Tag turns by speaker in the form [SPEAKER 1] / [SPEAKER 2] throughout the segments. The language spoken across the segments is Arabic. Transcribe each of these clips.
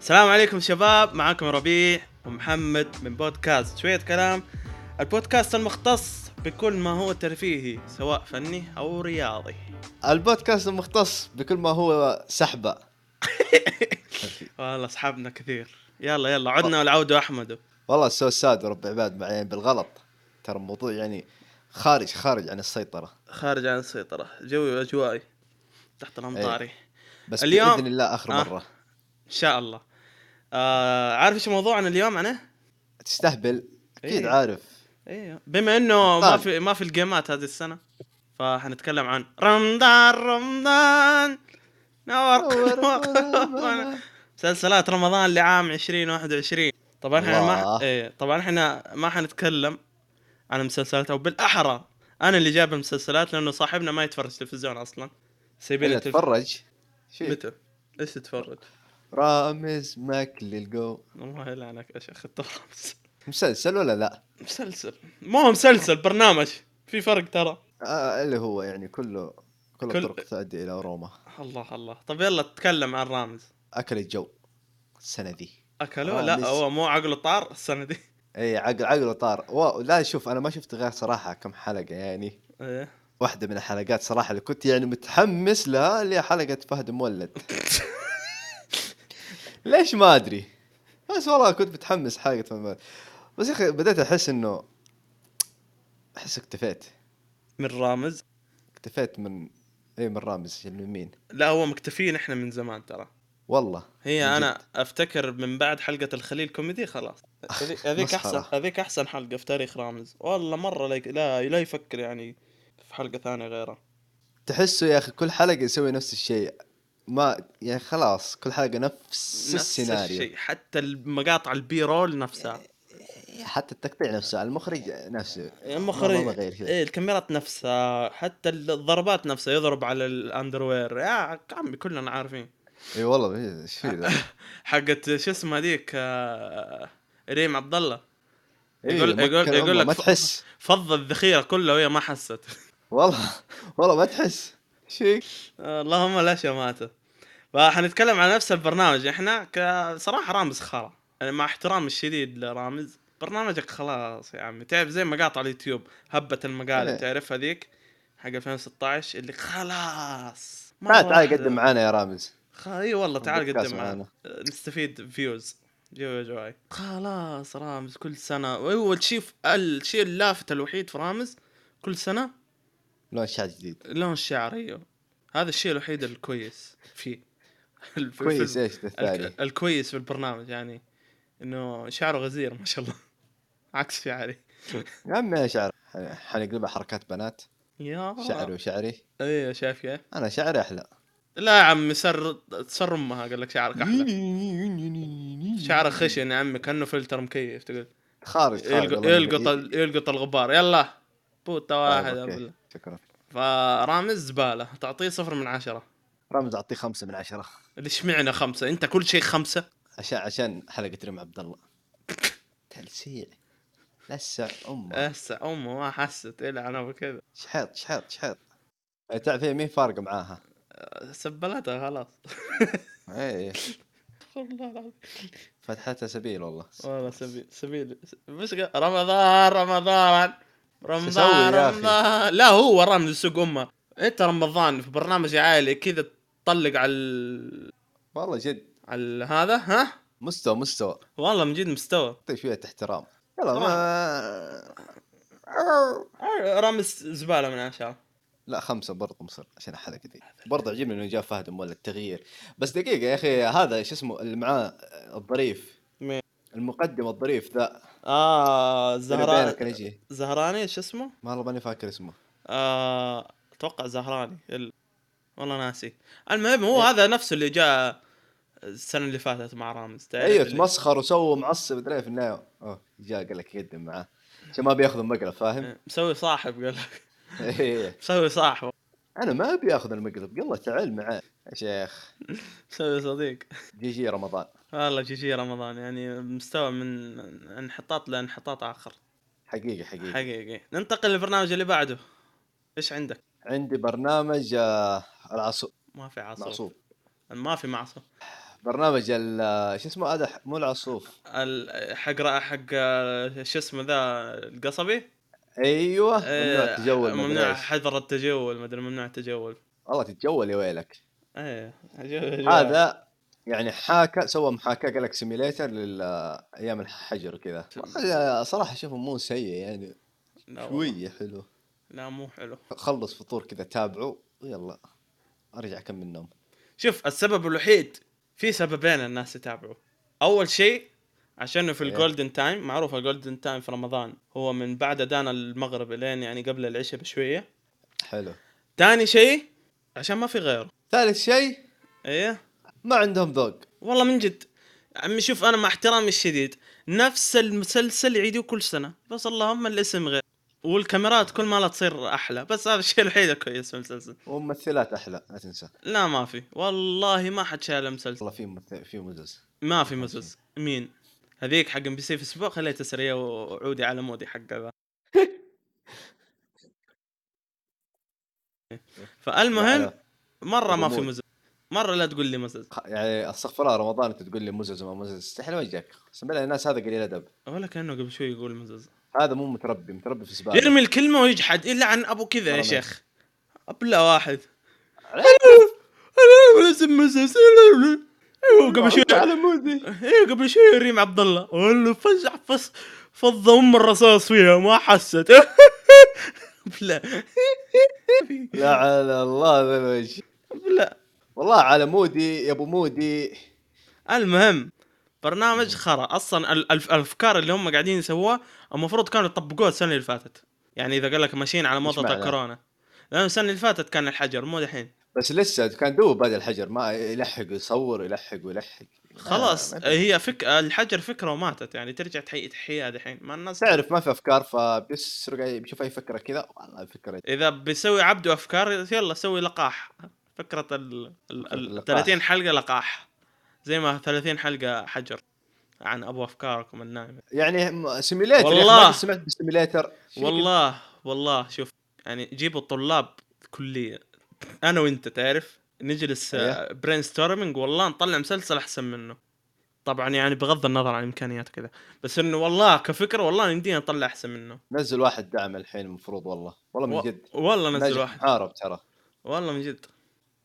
[SPEAKER 1] السلام عليكم شباب معاكم ربيع ومحمد من بودكاست شوية كلام البودكاست المختص بكل ما هو ترفيهي سواء فني أو رياضي
[SPEAKER 2] البودكاست المختص بكل ما هو سحبه
[SPEAKER 1] والله أصحابنا كثير يلا يلا عدنا والعودة أحمد
[SPEAKER 2] والله سو ساد ورب عباد بعدين بالغلط ترى الموضوع يعني خارج خارج عن السيطره
[SPEAKER 1] خارج عن السيطرة جوي وأجوائي تحت الأمطاري
[SPEAKER 2] بس
[SPEAKER 1] اليوم-
[SPEAKER 2] اليوم باذن الله اخر
[SPEAKER 1] آه.
[SPEAKER 2] مره
[SPEAKER 1] إن شاء الله آه عارف إيش موضوعنا اليوم عنه؟
[SPEAKER 2] تستهبل اكيد
[SPEAKER 1] إيه.
[SPEAKER 2] عارف
[SPEAKER 1] ايوه بما انه ما
[SPEAKER 2] طال.
[SPEAKER 1] في ما في الجيمات هذه السنه فحنتكلم عن رمضان رمضان نور نور. مسلسلات رمضان لعام 2021 طبعا احنا ما
[SPEAKER 2] الله.
[SPEAKER 1] ايه طبعا احنا ما حنتكلم عن المسلسلات او بالاحرى انا اللي جايب المسلسلات لانه صاحبنا ما يتفرج تلفزيون اصلا سيبين
[SPEAKER 2] إلا تتفرج إيه، شي.
[SPEAKER 1] متى؟ ايش تتفرج؟
[SPEAKER 2] رامز ماك للجو
[SPEAKER 1] الله يلعنك يا شيخ الترمس
[SPEAKER 2] مسلسل ولا لا؟
[SPEAKER 1] مسلسل مو هو مسلسل برنامج في فرق ترى
[SPEAKER 2] آه اللي هو يعني كله كل
[SPEAKER 1] كل-
[SPEAKER 2] الطرق تؤدي الى روما
[SPEAKER 1] الله الله طب يلا تكلم عن رامز
[SPEAKER 2] اكل الجو السنه ذي
[SPEAKER 1] اكلوه لا
[SPEAKER 2] رامز.
[SPEAKER 1] هو مو عقله طار السنه دي
[SPEAKER 2] اي عقل عقله طار واو لا شوف انا ما شفت غير صراحه كم حلقه يعني
[SPEAKER 1] ايه
[SPEAKER 2] واحدة من الحلقات صراحة اللي كنت يعني متحمس لها اللي هي حلقة فهد مولد ليش ما ادري بس والله كنت متحمس حلقة فهد مولد بس يا اخي بديت احس انه احس اكتفيت
[SPEAKER 1] من رامز
[SPEAKER 2] اكتفيت من اي من رامز من مين
[SPEAKER 1] لا هو مكتفين احنا من زمان ترى
[SPEAKER 2] والله
[SPEAKER 1] هي
[SPEAKER 2] من
[SPEAKER 1] انا افتكر من بعد حلقه الخليل كوميدي خلاص هذي- هذيك
[SPEAKER 2] مسخرة.
[SPEAKER 1] احسن هذيك احسن حلقه في تاريخ رامز والله مره لا يك- لا, لا يفكر يعني في حلقه ثانيه غيرها
[SPEAKER 2] تحسه يا اخي كل حلقة يسوي نفس الشيء ما يعني خلاص كل حلقة نفس,
[SPEAKER 1] نفس
[SPEAKER 2] السيناريو
[SPEAKER 1] الشيء حتى المقاطع البي رول نفسها
[SPEAKER 2] حتى التقطيع نفسه المخرج نفسه ما- ما
[SPEAKER 1] المخرج
[SPEAKER 2] غير شيء.
[SPEAKER 1] ايه الكاميرات نفسها حتى الضربات نفسها يضرب على الاندروير يا عمي كلنا عارفين
[SPEAKER 2] اي إيه والله ايش في ذا؟
[SPEAKER 1] حقت شو اسمه هذيك آه، ريم عبد الله
[SPEAKER 2] إيه،
[SPEAKER 1] يقول-
[SPEAKER 2] ما
[SPEAKER 1] يقول-
[SPEAKER 2] كان
[SPEAKER 1] يقول
[SPEAKER 2] أمه،
[SPEAKER 1] لك
[SPEAKER 2] ما
[SPEAKER 1] ف-
[SPEAKER 2] تحس
[SPEAKER 1] فض الذخيره كلها وهي ما حست
[SPEAKER 2] والله والله ما تحس شيك
[SPEAKER 1] آه، اللهم لا شماته فحنتكلم عن نفس البرنامج احنا ك- صراحه رامز خرا يعني مع احترامي الشديد لرامز برنامجك خلاص يا عمي تعرف زي مقاطع اليوتيوب هبه المقالب
[SPEAKER 2] إيه.
[SPEAKER 1] تعرف هذيك حق 2016 اللي خلاص
[SPEAKER 2] تعال
[SPEAKER 1] مرة
[SPEAKER 2] تعال
[SPEAKER 1] واحدة.
[SPEAKER 2] قدم معانا يا رامز
[SPEAKER 1] خ- اي والله تعال
[SPEAKER 2] بودكاست
[SPEAKER 1] قدم معنا
[SPEAKER 2] معنا.
[SPEAKER 1] نستفيد فيوز جو جواي خلاص رامز كل سنه هو الشيء الشيء اللافت الوحيد في رامز كل سنه
[SPEAKER 2] لون شعر جديد
[SPEAKER 1] لون الشعر ايوه هذا الشيء الوحيد الكويس فيه ال- في-
[SPEAKER 2] كويس
[SPEAKER 1] في-
[SPEAKER 2] ايش ذا الثاني
[SPEAKER 1] الك- الكويس في البرنامج يعني انه شعره غزير ما شاء الله عكس شعري
[SPEAKER 2] يا عمي شعر ح- حنقلبها حركات بنات
[SPEAKER 1] يا
[SPEAKER 2] شعري وشعري
[SPEAKER 1] ايوه شايف كيف؟
[SPEAKER 2] انا شعري احلى
[SPEAKER 1] لا يا عمي سر سر امها قال لك شعرك احلى
[SPEAKER 2] إيه.
[SPEAKER 1] شعره خشن يا عمي كانه فلتر مكيف تقول
[SPEAKER 2] خارج خارج
[SPEAKER 1] يلقط
[SPEAKER 2] والله.
[SPEAKER 1] يلقط ال- يلقط الغبار يلا بوطه
[SPEAKER 2] إيه. طيب،
[SPEAKER 1] واحده
[SPEAKER 2] أوكي.
[SPEAKER 1] بالله.
[SPEAKER 2] شكرا
[SPEAKER 1] فرامز زباله تعطيه صفر من عشره
[SPEAKER 2] رامز اعطيه خمسة من عشرة
[SPEAKER 1] ليش معنى خمسه انت كل شيء خمسه
[SPEAKER 2] عشان عشان حلقة ريم عبد الله تلسيع لسع امه
[SPEAKER 1] هسه امه ما حست إيه، الا انا وكذا
[SPEAKER 2] شحيط شحيط شحيط تعرف هي مين فارقة معاها؟
[SPEAKER 1] سبلتها خلاص
[SPEAKER 2] ايه
[SPEAKER 1] والله العظيم
[SPEAKER 2] فتحتها سبيل والله
[SPEAKER 1] والله سبيل سبيل مش قا- رمضان رمضان
[SPEAKER 2] تسوي
[SPEAKER 1] رمضان
[SPEAKER 2] يا أخي؟
[SPEAKER 1] رمضان لا هو رمز سوق امه انت رمضان في برنامج عائلي كذا تطلق على ال-
[SPEAKER 2] والله جد
[SPEAKER 1] على هذا ها
[SPEAKER 2] مستوى مستوى
[SPEAKER 1] والله من جد مستوى
[SPEAKER 2] اعطيه شوية احترام يلا
[SPEAKER 1] طبعاً.
[SPEAKER 2] ما
[SPEAKER 1] رامز زباله من عشرة
[SPEAKER 2] لا خمسة برضه مصر عشان الحلقة دي برضه عجبني انه جاب فهد مولد التغيير بس دقيقة يا اخي هذا شو اسمه اللي معاه الظريف
[SPEAKER 1] مين؟
[SPEAKER 2] المقدم الظريف ذا
[SPEAKER 1] اه
[SPEAKER 2] زهران
[SPEAKER 1] زهران
[SPEAKER 2] كان يجي
[SPEAKER 1] زهراني شو اسمه؟
[SPEAKER 2] ما والله ماني فاكر اسمه
[SPEAKER 1] آه، اتوقع زهراني ال... والله ناسي المهم هو هذا نفسه اللي جاء السنه اللي فاتت مع رامز تعرف
[SPEAKER 2] ايوه
[SPEAKER 1] اللي-
[SPEAKER 2] تمسخر وسوى معصب ادري في النهاية اوه جاء قال لك يقدم معاه عشان ما بياخذ المقلب فاهم؟
[SPEAKER 1] مسوي صاحب قال لك
[SPEAKER 2] إيه.
[SPEAKER 1] مسوي صاحب
[SPEAKER 2] انا ما ابي اخذ المقلب يلا تعال معاه يا شيخ
[SPEAKER 1] مسوي صديق
[SPEAKER 2] جي جي رمضان
[SPEAKER 1] والله جي جي رمضان يعني مستوى من انحطاط لانحطاط اخر
[SPEAKER 2] حقيقي حقيقي
[SPEAKER 1] حقيقي ننتقل للبرنامج اللي بعده ايش عندك؟
[SPEAKER 2] عندي برنامج آه، العصو
[SPEAKER 1] ما في
[SPEAKER 2] معصوب
[SPEAKER 1] عاصف ما في معصوب
[SPEAKER 2] برنامج ال آه، شو اسمه هذا مو العصوف
[SPEAKER 1] ال- حق را- حق شو اسمه ذا القصبي
[SPEAKER 2] ايوه ممنوع
[SPEAKER 1] إيه،
[SPEAKER 2] التجول ما أدري
[SPEAKER 1] ممنوع
[SPEAKER 2] إيش.
[SPEAKER 1] حظر التجول ما ادري ممنوع التجول
[SPEAKER 2] والله تتجول يا ويلك
[SPEAKER 1] ايه
[SPEAKER 2] هذا يعني حاكى سوى محاكاه قال لك سيميليتر ايام آه، الحجر وكذا والله صراحه اشوفه مو سيء يعني
[SPEAKER 1] لا والله.
[SPEAKER 2] شويه حلو
[SPEAKER 1] لا مو حلو
[SPEAKER 2] خلص فطور كذا تابعه ويلا ارجع اكمل نوم
[SPEAKER 1] شوف السبب الوحيد في سببين الناس يتابعوا اول شيء عشان في
[SPEAKER 2] إيه.
[SPEAKER 1] الجولدن تايم معروف الجولدن تايم في رمضان هو من بعد اذان المغرب لين يعني قبل العشاء بشويه
[SPEAKER 2] حلو
[SPEAKER 1] ثاني شيء عشان ما في غيره
[SPEAKER 2] ثالث شيء
[SPEAKER 1] ايه
[SPEAKER 2] ما عندهم ذوق
[SPEAKER 1] والله من جد عمي شوف انا مع احترامي الشديد نفس المسلسل يعيدوه كل سنه بس اللهم الاسم غير والكاميرات كل ما لا تصير احلى بس هذا الشيء الوحيد الكويس في المسلسل
[SPEAKER 2] وممثلات احلى لا تنسى
[SPEAKER 1] لا ما في والله ما حد شايل المسلسل
[SPEAKER 2] والله في ممثل في مزز
[SPEAKER 1] ما في مسلسل مين هذيك حق ام بي سي في اسبوع خليتها سريه وعودي على مودي حق ذا فالمهم
[SPEAKER 2] يعني-
[SPEAKER 1] مره ما في
[SPEAKER 2] غموض.
[SPEAKER 1] مسلسل مره لا تقول لي مسلسل
[SPEAKER 2] يعني استغفر الله رمضان انت تقول لي مزز وما مزز استحيل ما يجيك اقسم بالله الناس هذا قليل ادب
[SPEAKER 1] ولا كانه قبل شوي يقول مسلسل
[SPEAKER 2] هذا مو متربي متربي في سباق
[SPEAKER 1] يرمي الكلمه ويجحد الا عن ابو كذا يا
[SPEAKER 2] والله.
[SPEAKER 1] شيخ ابله واحد
[SPEAKER 2] على-
[SPEAKER 1] انا ولا اسم مسلسل ايوه قبل شوي
[SPEAKER 2] على مودي
[SPEAKER 1] ايوه قبل شوي ريم عبد الله والله فزع فص فض ام الرصاص فيها ما حست لا
[SPEAKER 2] لا على الله ذا الوجه
[SPEAKER 1] لا
[SPEAKER 2] والله على مودي يا ابو مودي
[SPEAKER 1] المهم برنامج خرا اصلا ال- الف- الافكار اللي هم قاعدين يسووها المفروض كانوا يطبقوها السنه اللي فاتت يعني اذا قال لك ماشيين على موضه
[SPEAKER 2] معناه؟
[SPEAKER 1] الكورونا لانه السنه اللي فاتت كان الحجر مو دحين
[SPEAKER 2] بس لسه كان دوب بادئ الحجر ما يلحق ويصور يلحق ويلحق
[SPEAKER 1] خلاص
[SPEAKER 2] آه، ما في-
[SPEAKER 1] هي فك الحجر فكره وماتت يعني ترجع تحيي تحييها دحين ما الناس
[SPEAKER 2] تعرف ما في افكار فبيسرق أي- بيشوف اي فكره كذا والله فكره
[SPEAKER 1] اذا بيسوي عبده افكار يلا سوي لقاح فكره ال, ال, ال
[SPEAKER 2] اللقاح.
[SPEAKER 1] 30 حلقه لقاح زي ما 30 حلقه حجر عن ابو افكاركم النايمه
[SPEAKER 2] يعني م- سيميليتر يا أخي،
[SPEAKER 1] والله.
[SPEAKER 2] ما سمعت بسيميليتر
[SPEAKER 1] والله والله شوف يعني جيبوا الطلاب كليه انا وانت تعرف نجلس
[SPEAKER 2] أيوه.
[SPEAKER 1] برين ستورمينج والله نطلع مسلسل احسن منه طبعا يعني بغض النظر عن الامكانيات كذا بس انه والله كفكره والله يمدينا نطلع احسن منه
[SPEAKER 2] نزل واحد دعم الحين المفروض والله والله من
[SPEAKER 1] و-
[SPEAKER 2] جد
[SPEAKER 1] والله نزل
[SPEAKER 2] ناجح
[SPEAKER 1] واحد
[SPEAKER 2] محارب ترى
[SPEAKER 1] والله من جد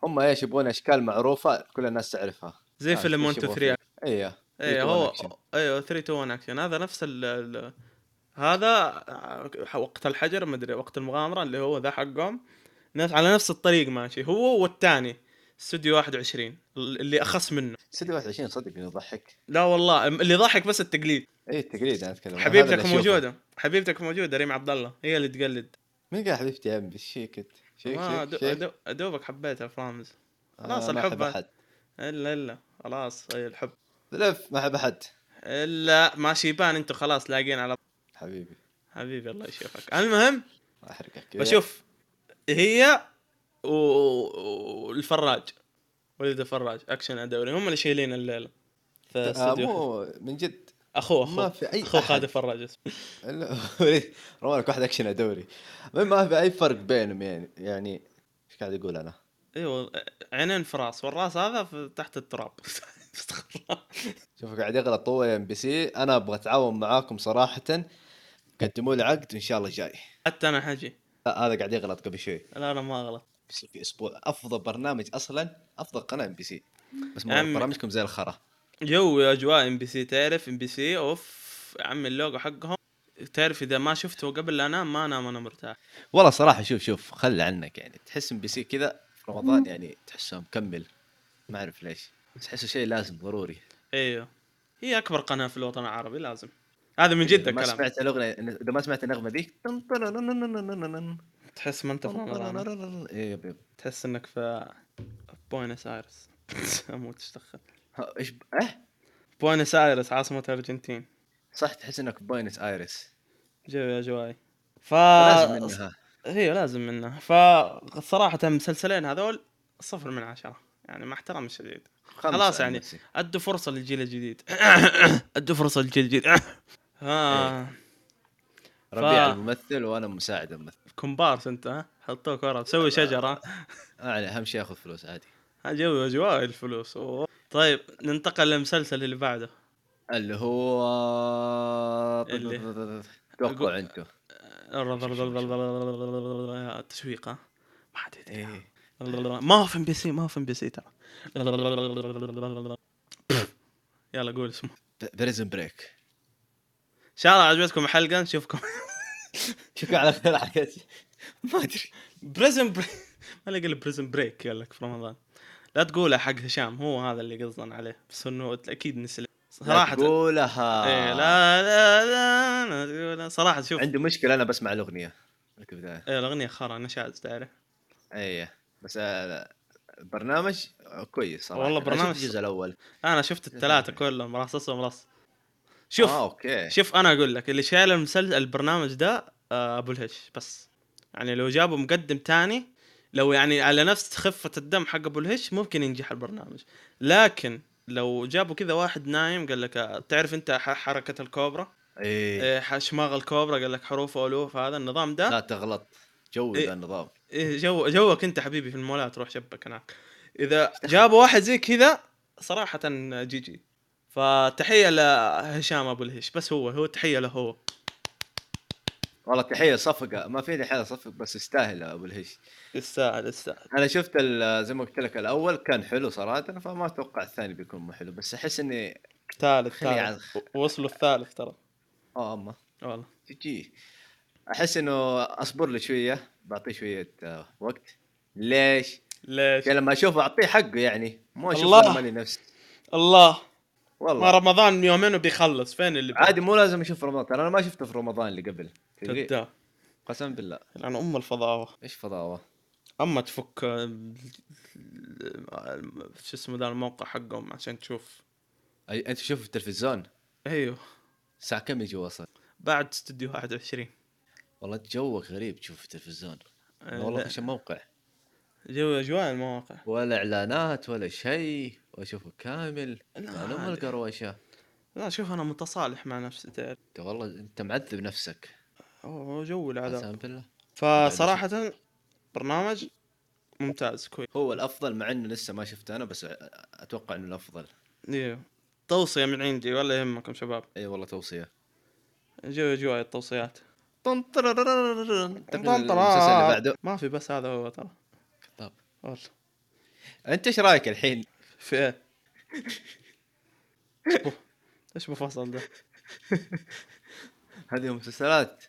[SPEAKER 2] هم ايش يبون اشكال معروفه كل الناس تعرفها
[SPEAKER 1] زي
[SPEAKER 2] عارف
[SPEAKER 1] فيلم
[SPEAKER 2] إيش
[SPEAKER 1] 1 2
[SPEAKER 2] يبغوا
[SPEAKER 1] 3
[SPEAKER 2] ايوه
[SPEAKER 1] ايه
[SPEAKER 2] 3
[SPEAKER 1] هو
[SPEAKER 2] action.
[SPEAKER 1] ايوه 3 2 1 اكشن هذا نفس ال ال- هذا آه، وقت الحجر ما ادري وقت المغامره اللي هو ذا حقهم ناس على نفس الطريق ماشي هو والثاني استوديو 21 اللي اخص منه
[SPEAKER 2] 26 صدق انه يضحك إيه
[SPEAKER 1] لا والله اللي ضحك بس التقليد
[SPEAKER 2] اي التقليد انا اتكلم هذا اللي
[SPEAKER 1] حبيبتك
[SPEAKER 2] أشوفه.
[SPEAKER 1] موجوده حبيبتك موجوده ريم عبد الله هي اللي تقلد
[SPEAKER 2] مين قال حبيبتي يا عمي ايش فيك انت؟ شيك
[SPEAKER 1] ما
[SPEAKER 2] شيك
[SPEAKER 1] أدو-
[SPEAKER 2] شيك
[SPEAKER 1] أدو- ادوبك حبيتها في رامز
[SPEAKER 2] أنا
[SPEAKER 1] خلاص
[SPEAKER 2] ما
[SPEAKER 1] الحب
[SPEAKER 2] أحب
[SPEAKER 1] هذا.
[SPEAKER 2] أحد.
[SPEAKER 1] الا الا خلاص هي الحب
[SPEAKER 2] لف ما احب احد
[SPEAKER 1] الا ما شيبان انتم خلاص لاقين على
[SPEAKER 2] حبيبي إيه.
[SPEAKER 1] حبيبي الله يشوفك المهم
[SPEAKER 2] احرقك
[SPEAKER 1] بشوف هي و- و- والفراج وليد الفراج اكشن الدوري هم اللي شايلين الليله في
[SPEAKER 2] آه
[SPEAKER 1] استوديو واحد.
[SPEAKER 2] مو من جد
[SPEAKER 1] اخوه اخوه
[SPEAKER 2] ما في أي
[SPEAKER 1] اخوه
[SPEAKER 2] أحد.
[SPEAKER 1] خالد الفراج اسمه
[SPEAKER 2] إلا- روانك واحد اكشن دوري ما في اي فرق بينهم يعني يعني ايش قاعد اقول انا؟
[SPEAKER 1] ايوه عينين في راس والراس هذا في تحت التراب استغفر الله.
[SPEAKER 2] شوف قاعد يغلط هو ام بي سي انا ابغى اتعاون معاكم صراحه قدموا لي عقد وان شاء الله جاي
[SPEAKER 1] حتى انا حجي
[SPEAKER 2] لا هذا قاعد يغلط قبل شوي
[SPEAKER 1] لا انا ما غلط
[SPEAKER 2] بيصير في اسبوع افضل برنامج اصلا افضل قناه ام بي سي بس
[SPEAKER 1] يا عمي.
[SPEAKER 2] مو برامجكم زي الخرا
[SPEAKER 1] جو اجواء ام بي سي تعرف ام بي سي اوف يا عمي اللوجو حقهم تعرف اذا ما شفته قبل لا انام ما انام انا مرتاح
[SPEAKER 2] والله صراحه شوف شوف خلى عنك يعني تحس ام بي سي كذا في رمضان يعني تحسه مكمل ما اعرف ليش بس تحسه شيء لازم ضروري
[SPEAKER 1] ايوه هي اكبر قناه في الوطن العربي لازم هذا من جد
[SPEAKER 2] إذا أيوة، ما
[SPEAKER 1] الكلام
[SPEAKER 2] سمعت الاغنيه اذا ما سمعت النغمه ذيك
[SPEAKER 1] تحس ما انت في رمضان
[SPEAKER 2] إيه، يب- يب.
[SPEAKER 1] تحس انك في بوينس ايرس اموت اشتخن
[SPEAKER 2] ها، ايش ب- اه
[SPEAKER 1] بوينس ايرس عاصمة الارجنتين
[SPEAKER 2] صح تحس انك بوينس ايرس
[SPEAKER 1] جو يا جواي ف
[SPEAKER 2] لازم منها
[SPEAKER 1] هي لازم منها فصراحة المسلسلين هذول صفر من عشرة يعني مع احترامي الشديد
[SPEAKER 2] خمسة
[SPEAKER 1] خلاص
[SPEAKER 2] عن
[SPEAKER 1] يعني.
[SPEAKER 2] نفسي.
[SPEAKER 1] ادوا فرصة للجيل الجديد ادوا فرصة للجيل الجديد ها
[SPEAKER 2] إيه. ربيع الممثل وانا مساعد الممثل
[SPEAKER 1] كومبارس انت ها حطوك ورا تسوي شجرة
[SPEAKER 2] يعني اهم شيء اخذ فلوس عادي
[SPEAKER 1] ها جو يا جواي الفلوس أوه. طيب ننتقل للمسلسل اللي بعده
[SPEAKER 2] اللي هو
[SPEAKER 1] اللي- أقول-
[SPEAKER 2] توقع انتم
[SPEAKER 1] التشويق ها؟ ما حد يدري ها؟
[SPEAKER 2] ايه
[SPEAKER 1] ما هو في ام بي سي ما هو في ام بي سي ترى يلا قول اسمه
[SPEAKER 2] بريزن بريك
[SPEAKER 1] ان شاء الله عجبتكم الحلقه نشوفكم
[SPEAKER 2] شكرا على خير حكيت ما ادري
[SPEAKER 1] بريزن بريك ما لقى بريزن بريك قال لك في رمضان لا تقولها حق هشام هو هذا اللي قصدا عليه بس انه اكيد نسي صراحه
[SPEAKER 2] لا تقولها
[SPEAKER 1] إيه لا لا لا, لا تقولها. صراحه شوف
[SPEAKER 2] عندي مشكله انا بسمع الاغنيه في البدايه
[SPEAKER 1] إيه، الاغنيه خرا انا شاذ تعرف
[SPEAKER 2] اي بس آه، برنامج كويس صراحه
[SPEAKER 1] والله
[SPEAKER 2] أنا شفت
[SPEAKER 1] برنامج-
[SPEAKER 2] الجزء الاول
[SPEAKER 1] انا شفت الثلاثه كلهم رصصهم رص شوف
[SPEAKER 2] اه اوكي
[SPEAKER 1] شوف انا اقول لك اللي شايل المسلسل البرنامج ده آه، ابو الهش بس يعني لو جابوا مقدم تاني لو يعني على نفس خفه الدم حق ابو الهش ممكن ينجح البرنامج لكن لو جابوا كذا واحد نايم قال لك آه، تعرف انت ح- حركه الكوبرا
[SPEAKER 2] اي
[SPEAKER 1] إيه، ح- شماغ الكوبرا قال لك حروف والوف هذا النظام ده
[SPEAKER 2] لا تغلط جو
[SPEAKER 1] إيه.
[SPEAKER 2] ذا النظام
[SPEAKER 1] إيه، جو جوك انت حبيبي في المولات روح شبك هناك اذا جابوا واحد زي كذا صراحه جي جي فتحيه لهشام ابو الهش بس هو هو تحيه له هو
[SPEAKER 2] والله تحيه صفقه ما فيني حاجه صفق بس يستاهل ابو الهش
[SPEAKER 1] يستاهل يستاهل
[SPEAKER 2] انا شفت ال- زي ما قلت لك الاول كان حلو صراحه فما اتوقع الثاني بيكون مو حلو بس احس اني
[SPEAKER 1] ثالث
[SPEAKER 2] خليه
[SPEAKER 1] ثالث وصلوا الثالث ترى
[SPEAKER 2] اه اما
[SPEAKER 1] والله
[SPEAKER 2] جي جي احس انه اصبر لي شويه بعطيه شويه آه، وقت ليش؟
[SPEAKER 1] ليش؟
[SPEAKER 2] عشان لما اشوفه اعطيه حقه يعني مو
[SPEAKER 1] الله.
[SPEAKER 2] اشوفه مالي نفسي
[SPEAKER 1] الله ما
[SPEAKER 2] والله
[SPEAKER 1] رمضان يومين وبيخلص فين اللي
[SPEAKER 2] عادي مو لازم اشوف في رمضان ترى انا ما شفته في رمضان اللي قبل تدري؟
[SPEAKER 1] كذاب
[SPEAKER 2] قسم بالله
[SPEAKER 1] لعن ام الفضاوه
[SPEAKER 2] ايش فضاوه
[SPEAKER 1] اما تفك آه، شو اسمه ذا الموقع حقهم عشان تشوف
[SPEAKER 2] أي- انت شوف في التلفزيون
[SPEAKER 1] ايوه
[SPEAKER 2] الساعه كم يجي وصل
[SPEAKER 1] بعد استوديو 21
[SPEAKER 2] والله جوك غريب تشوف في التلفزيون
[SPEAKER 1] آه،
[SPEAKER 2] والله
[SPEAKER 1] لا،
[SPEAKER 2] ايش موقع
[SPEAKER 1] جو اجواء المواقع
[SPEAKER 2] ولا اعلانات ولا شيء واشوفه كامل
[SPEAKER 1] لا،
[SPEAKER 2] يعني ام
[SPEAKER 1] عادي.
[SPEAKER 2] القروشه
[SPEAKER 1] لا شوف انا متصالح مع نفسي تعرف
[SPEAKER 2] انت والله انت معذب نفسك
[SPEAKER 1] هو جو العذاب
[SPEAKER 2] قسما بالله
[SPEAKER 1] فصراحه برنامج ممتاز كويس
[SPEAKER 2] هو الافضل مع انه لسه ما شفته انا بس أ- اتوقع انه الافضل
[SPEAKER 1] ايوه توصيه من عندي ولا يهمكم شباب
[SPEAKER 2] اي والله توصيه
[SPEAKER 1] جو اجواء التوصيات
[SPEAKER 2] طن طرررررررن. انتقل
[SPEAKER 1] طن- طن-
[SPEAKER 2] للمسلسل اللي بعده
[SPEAKER 1] طيب، ما في بس هذا هو ترى
[SPEAKER 2] طب.
[SPEAKER 1] والله
[SPEAKER 2] انت ايش رايك الحين؟
[SPEAKER 1] في
[SPEAKER 2] إيه؟
[SPEAKER 1] ايه ايش بفصل ده
[SPEAKER 2] هذه مسلسلات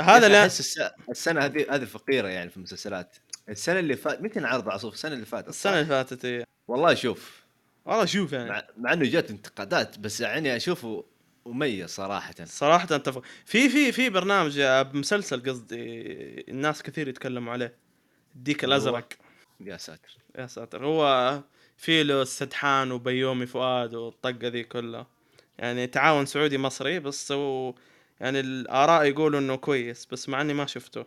[SPEAKER 1] هذا لا
[SPEAKER 2] احس الس- السنه هذه هذه فقيره يعني في المسلسلات السنه اللي فات متى انعرض عصوف السنه اللي فاتت
[SPEAKER 1] السنه اللي فاتت إيه.
[SPEAKER 2] والله شوف
[SPEAKER 1] والله شوف يعني
[SPEAKER 2] مع, مع انه جات انتقادات بس يعني اشوفه مميز صراحه
[SPEAKER 1] صراحة اتفق في في في برنامج آه، مسلسل قصدي الناس كثير يتكلموا عليه الديك
[SPEAKER 2] اللي هو؟
[SPEAKER 1] الازرق
[SPEAKER 2] يا ساتر
[SPEAKER 1] يا ساتر هو في له السدحان وبيومي فؤاد والطقه ذي كلها يعني تعاون سعودي مصري بس هو يعني الاراء يقولوا انه كويس بس مع اني ما شفته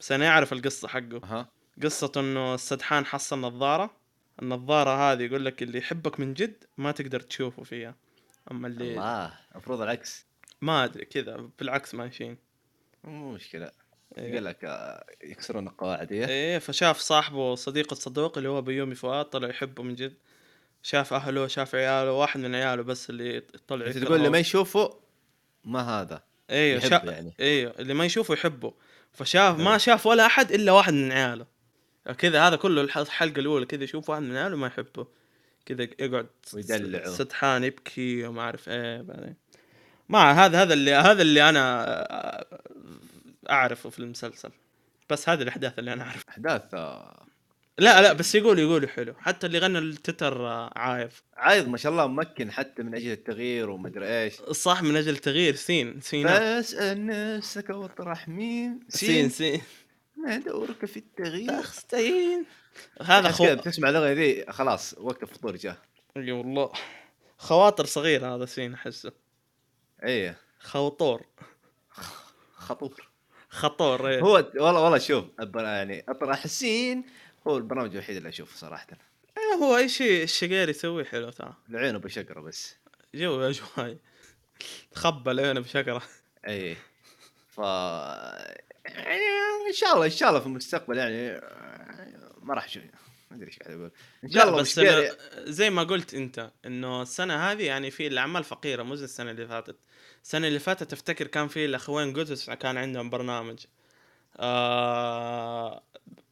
[SPEAKER 1] بس انا اعرف القصه حقه
[SPEAKER 2] ها
[SPEAKER 1] قصة انه السدحان حصل نظارة النظارة هذه يقول لك اللي يحبك من جد ما تقدر تشوفه فيها اما اللي
[SPEAKER 2] الله المفروض العكس
[SPEAKER 1] ما ادري كذا بالعكس ماشيين
[SPEAKER 2] مو مشكله
[SPEAKER 1] إيه.
[SPEAKER 2] يقول لك آه، يكسرون القواعد إيه.
[SPEAKER 1] ايه فشاف صاحبه صديق الصدوق اللي هو بيومي فؤاد طلع يحبه من جد شاف اهله شاف عياله واحد من عياله بس اللي طلع
[SPEAKER 2] انت
[SPEAKER 1] يكرهه.
[SPEAKER 2] تقول اللي ما يشوفه ما هذا
[SPEAKER 1] ايوه
[SPEAKER 2] يحبه
[SPEAKER 1] شا...
[SPEAKER 2] يعني.
[SPEAKER 1] ايوه اللي ما يشوفه يحبه فشاف ما
[SPEAKER 2] ايوه.
[SPEAKER 1] شاف ولا احد الا واحد من عياله كذا هذا كله الح- الحلقه الاولى كذا يشوف واحد من عياله ما يحبه كذا يقعد س-
[SPEAKER 2] ويدلعه.
[SPEAKER 1] سدحان يبكي وما اعرف ايه بعدين ما هذا هذا اللي هذا اللي انا آه، اعرفه في المسلسل بس هذه الاحداث اللي انا اعرفها
[SPEAKER 2] احداث آه،
[SPEAKER 1] لا لا بس يقول يقول حلو حتى اللي غنى التتر آه، عايف
[SPEAKER 2] عايض ما شاء الله ممكن حتى من اجل التغيير ومدري ايش
[SPEAKER 1] الصح من اجل تغيير سين سينا
[SPEAKER 2] فاسال نفسك واطرح مين
[SPEAKER 1] سين
[SPEAKER 2] سين
[SPEAKER 1] سين
[SPEAKER 2] ما دورك في التغيير
[SPEAKER 1] اخ سين هذا
[SPEAKER 2] بس كذا
[SPEAKER 1] خو
[SPEAKER 2] بتسمع الاغنيه ذي خلاص وقت الفطور جاء
[SPEAKER 1] اي والله خواطر صغيره هذا سين احسه
[SPEAKER 2] ايه
[SPEAKER 1] خوطور
[SPEAKER 2] خطور
[SPEAKER 1] خطور إيه.
[SPEAKER 2] هو والله والله شوف البر- يعني اطرح السين هو البرنامج الوحيد اللي اشوفه صراحه
[SPEAKER 1] إيه، هو اي شيء الشقير يسويه حلو ترى
[SPEAKER 2] لعينه بشقره بس
[SPEAKER 1] جو اجواي تخبى لين بشقره
[SPEAKER 2] اي ف يعني ان شاء الله ان شاء الله في المستقبل يعني ما راح اشوف ما ادري ايش قاعد اقول ان شاء
[SPEAKER 1] لا
[SPEAKER 2] الله
[SPEAKER 1] بس
[SPEAKER 2] مش داري-
[SPEAKER 1] أنا- زي ما قلت انت انه السنه هذه يعني في الاعمال فقيره مو زي السنه اللي فاتت السنه اللي فاتت افتكر كان في الاخوين قدس كان عندهم برنامج آه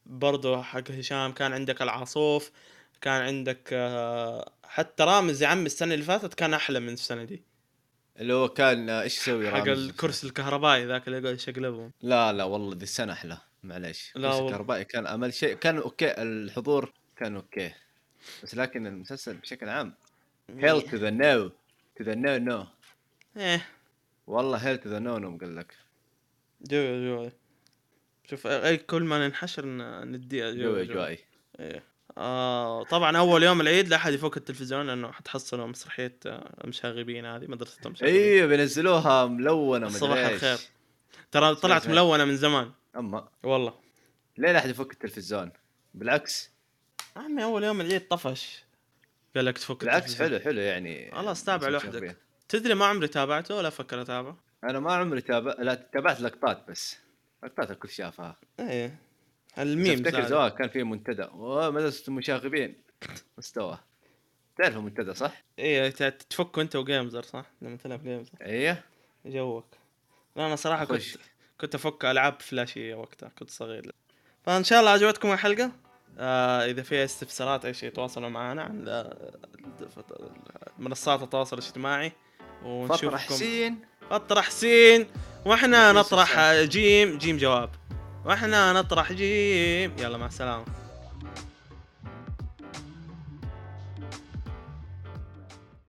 [SPEAKER 1] برضو حق هشام كان عندك العاصوف كان عندك آه حتى رامز يا عم السنه اللي فاتت كان احلى من السنه دي
[SPEAKER 2] اللي هو كان آه، ايش يسوي
[SPEAKER 1] حق
[SPEAKER 2] رامز؟
[SPEAKER 1] الكرسي الكهربائي ذاك اللي يقعد يشقلبهم
[SPEAKER 2] لا لا والله دي السنه احلى معليش
[SPEAKER 1] لا
[SPEAKER 2] لا
[SPEAKER 1] والله.
[SPEAKER 2] الكهربائي كان امل شيء كان اوكي الحضور كان اوكي بس لكن المسلسل بشكل عام هيل تو ذا نو تو ذا نو نو
[SPEAKER 1] ايه
[SPEAKER 2] والله هيل تو ذا نو نو مقول لك
[SPEAKER 1] جوي جوي شوف اي كل ما ننحشر ن- نديها
[SPEAKER 2] جوي جوي
[SPEAKER 1] ايه آه طبعا اول يوم العيد لا احد يفك التلفزيون لانه حتحصلوا مسرحيه آه، المشاغبين هذه مدرسه المشاغبين
[SPEAKER 2] ايوه بينزلوها ملونه مدري
[SPEAKER 1] صباح
[SPEAKER 2] إيش.
[SPEAKER 1] الخير. ترى طلعت
[SPEAKER 2] صحيح.
[SPEAKER 1] ملونه من زمان
[SPEAKER 2] اما
[SPEAKER 1] والله
[SPEAKER 2] ليه لا احد يفك التلفزيون بالعكس
[SPEAKER 1] عمي اول يوم العيد طفش قال لك تفك
[SPEAKER 2] بالعكس
[SPEAKER 1] التلفزيون.
[SPEAKER 2] حلو حلو يعني
[SPEAKER 1] خلاص تابع
[SPEAKER 2] مسلسل
[SPEAKER 1] لوحدك.
[SPEAKER 2] شعبي.
[SPEAKER 1] تدري ما عمري تابعته ولا افكر اتابعه
[SPEAKER 2] انا ما عمري تابع لا تابعت لقطات بس لقطات الكل شافها
[SPEAKER 1] ايه الميم
[SPEAKER 2] افتكر زمان كان في منتدى أوه، مدرسه المشاغبين مستوى تعرف المنتدى صح؟
[SPEAKER 1] ايه تفك انت وجيمزر صح؟ لما تلعب جيمزر
[SPEAKER 2] ايه
[SPEAKER 1] جوك لا انا صراحه كنت
[SPEAKER 2] خش
[SPEAKER 1] كنت افك العاب فلاشيه وقتها كنت صغير فان شاء الله عجبتكم الحلقه آه اذا في استفسارات اي شيء تواصلوا معنا عن آه، فت- منصات التواصل الاجتماعي
[SPEAKER 2] فطر
[SPEAKER 1] ونشوفكم
[SPEAKER 2] حسين
[SPEAKER 1] اطرح سين واحنا
[SPEAKER 2] يعطيك
[SPEAKER 1] نطرح
[SPEAKER 2] الصحة.
[SPEAKER 1] جيم جيم جواب واحنا نطرح جيم يلا مع السلامه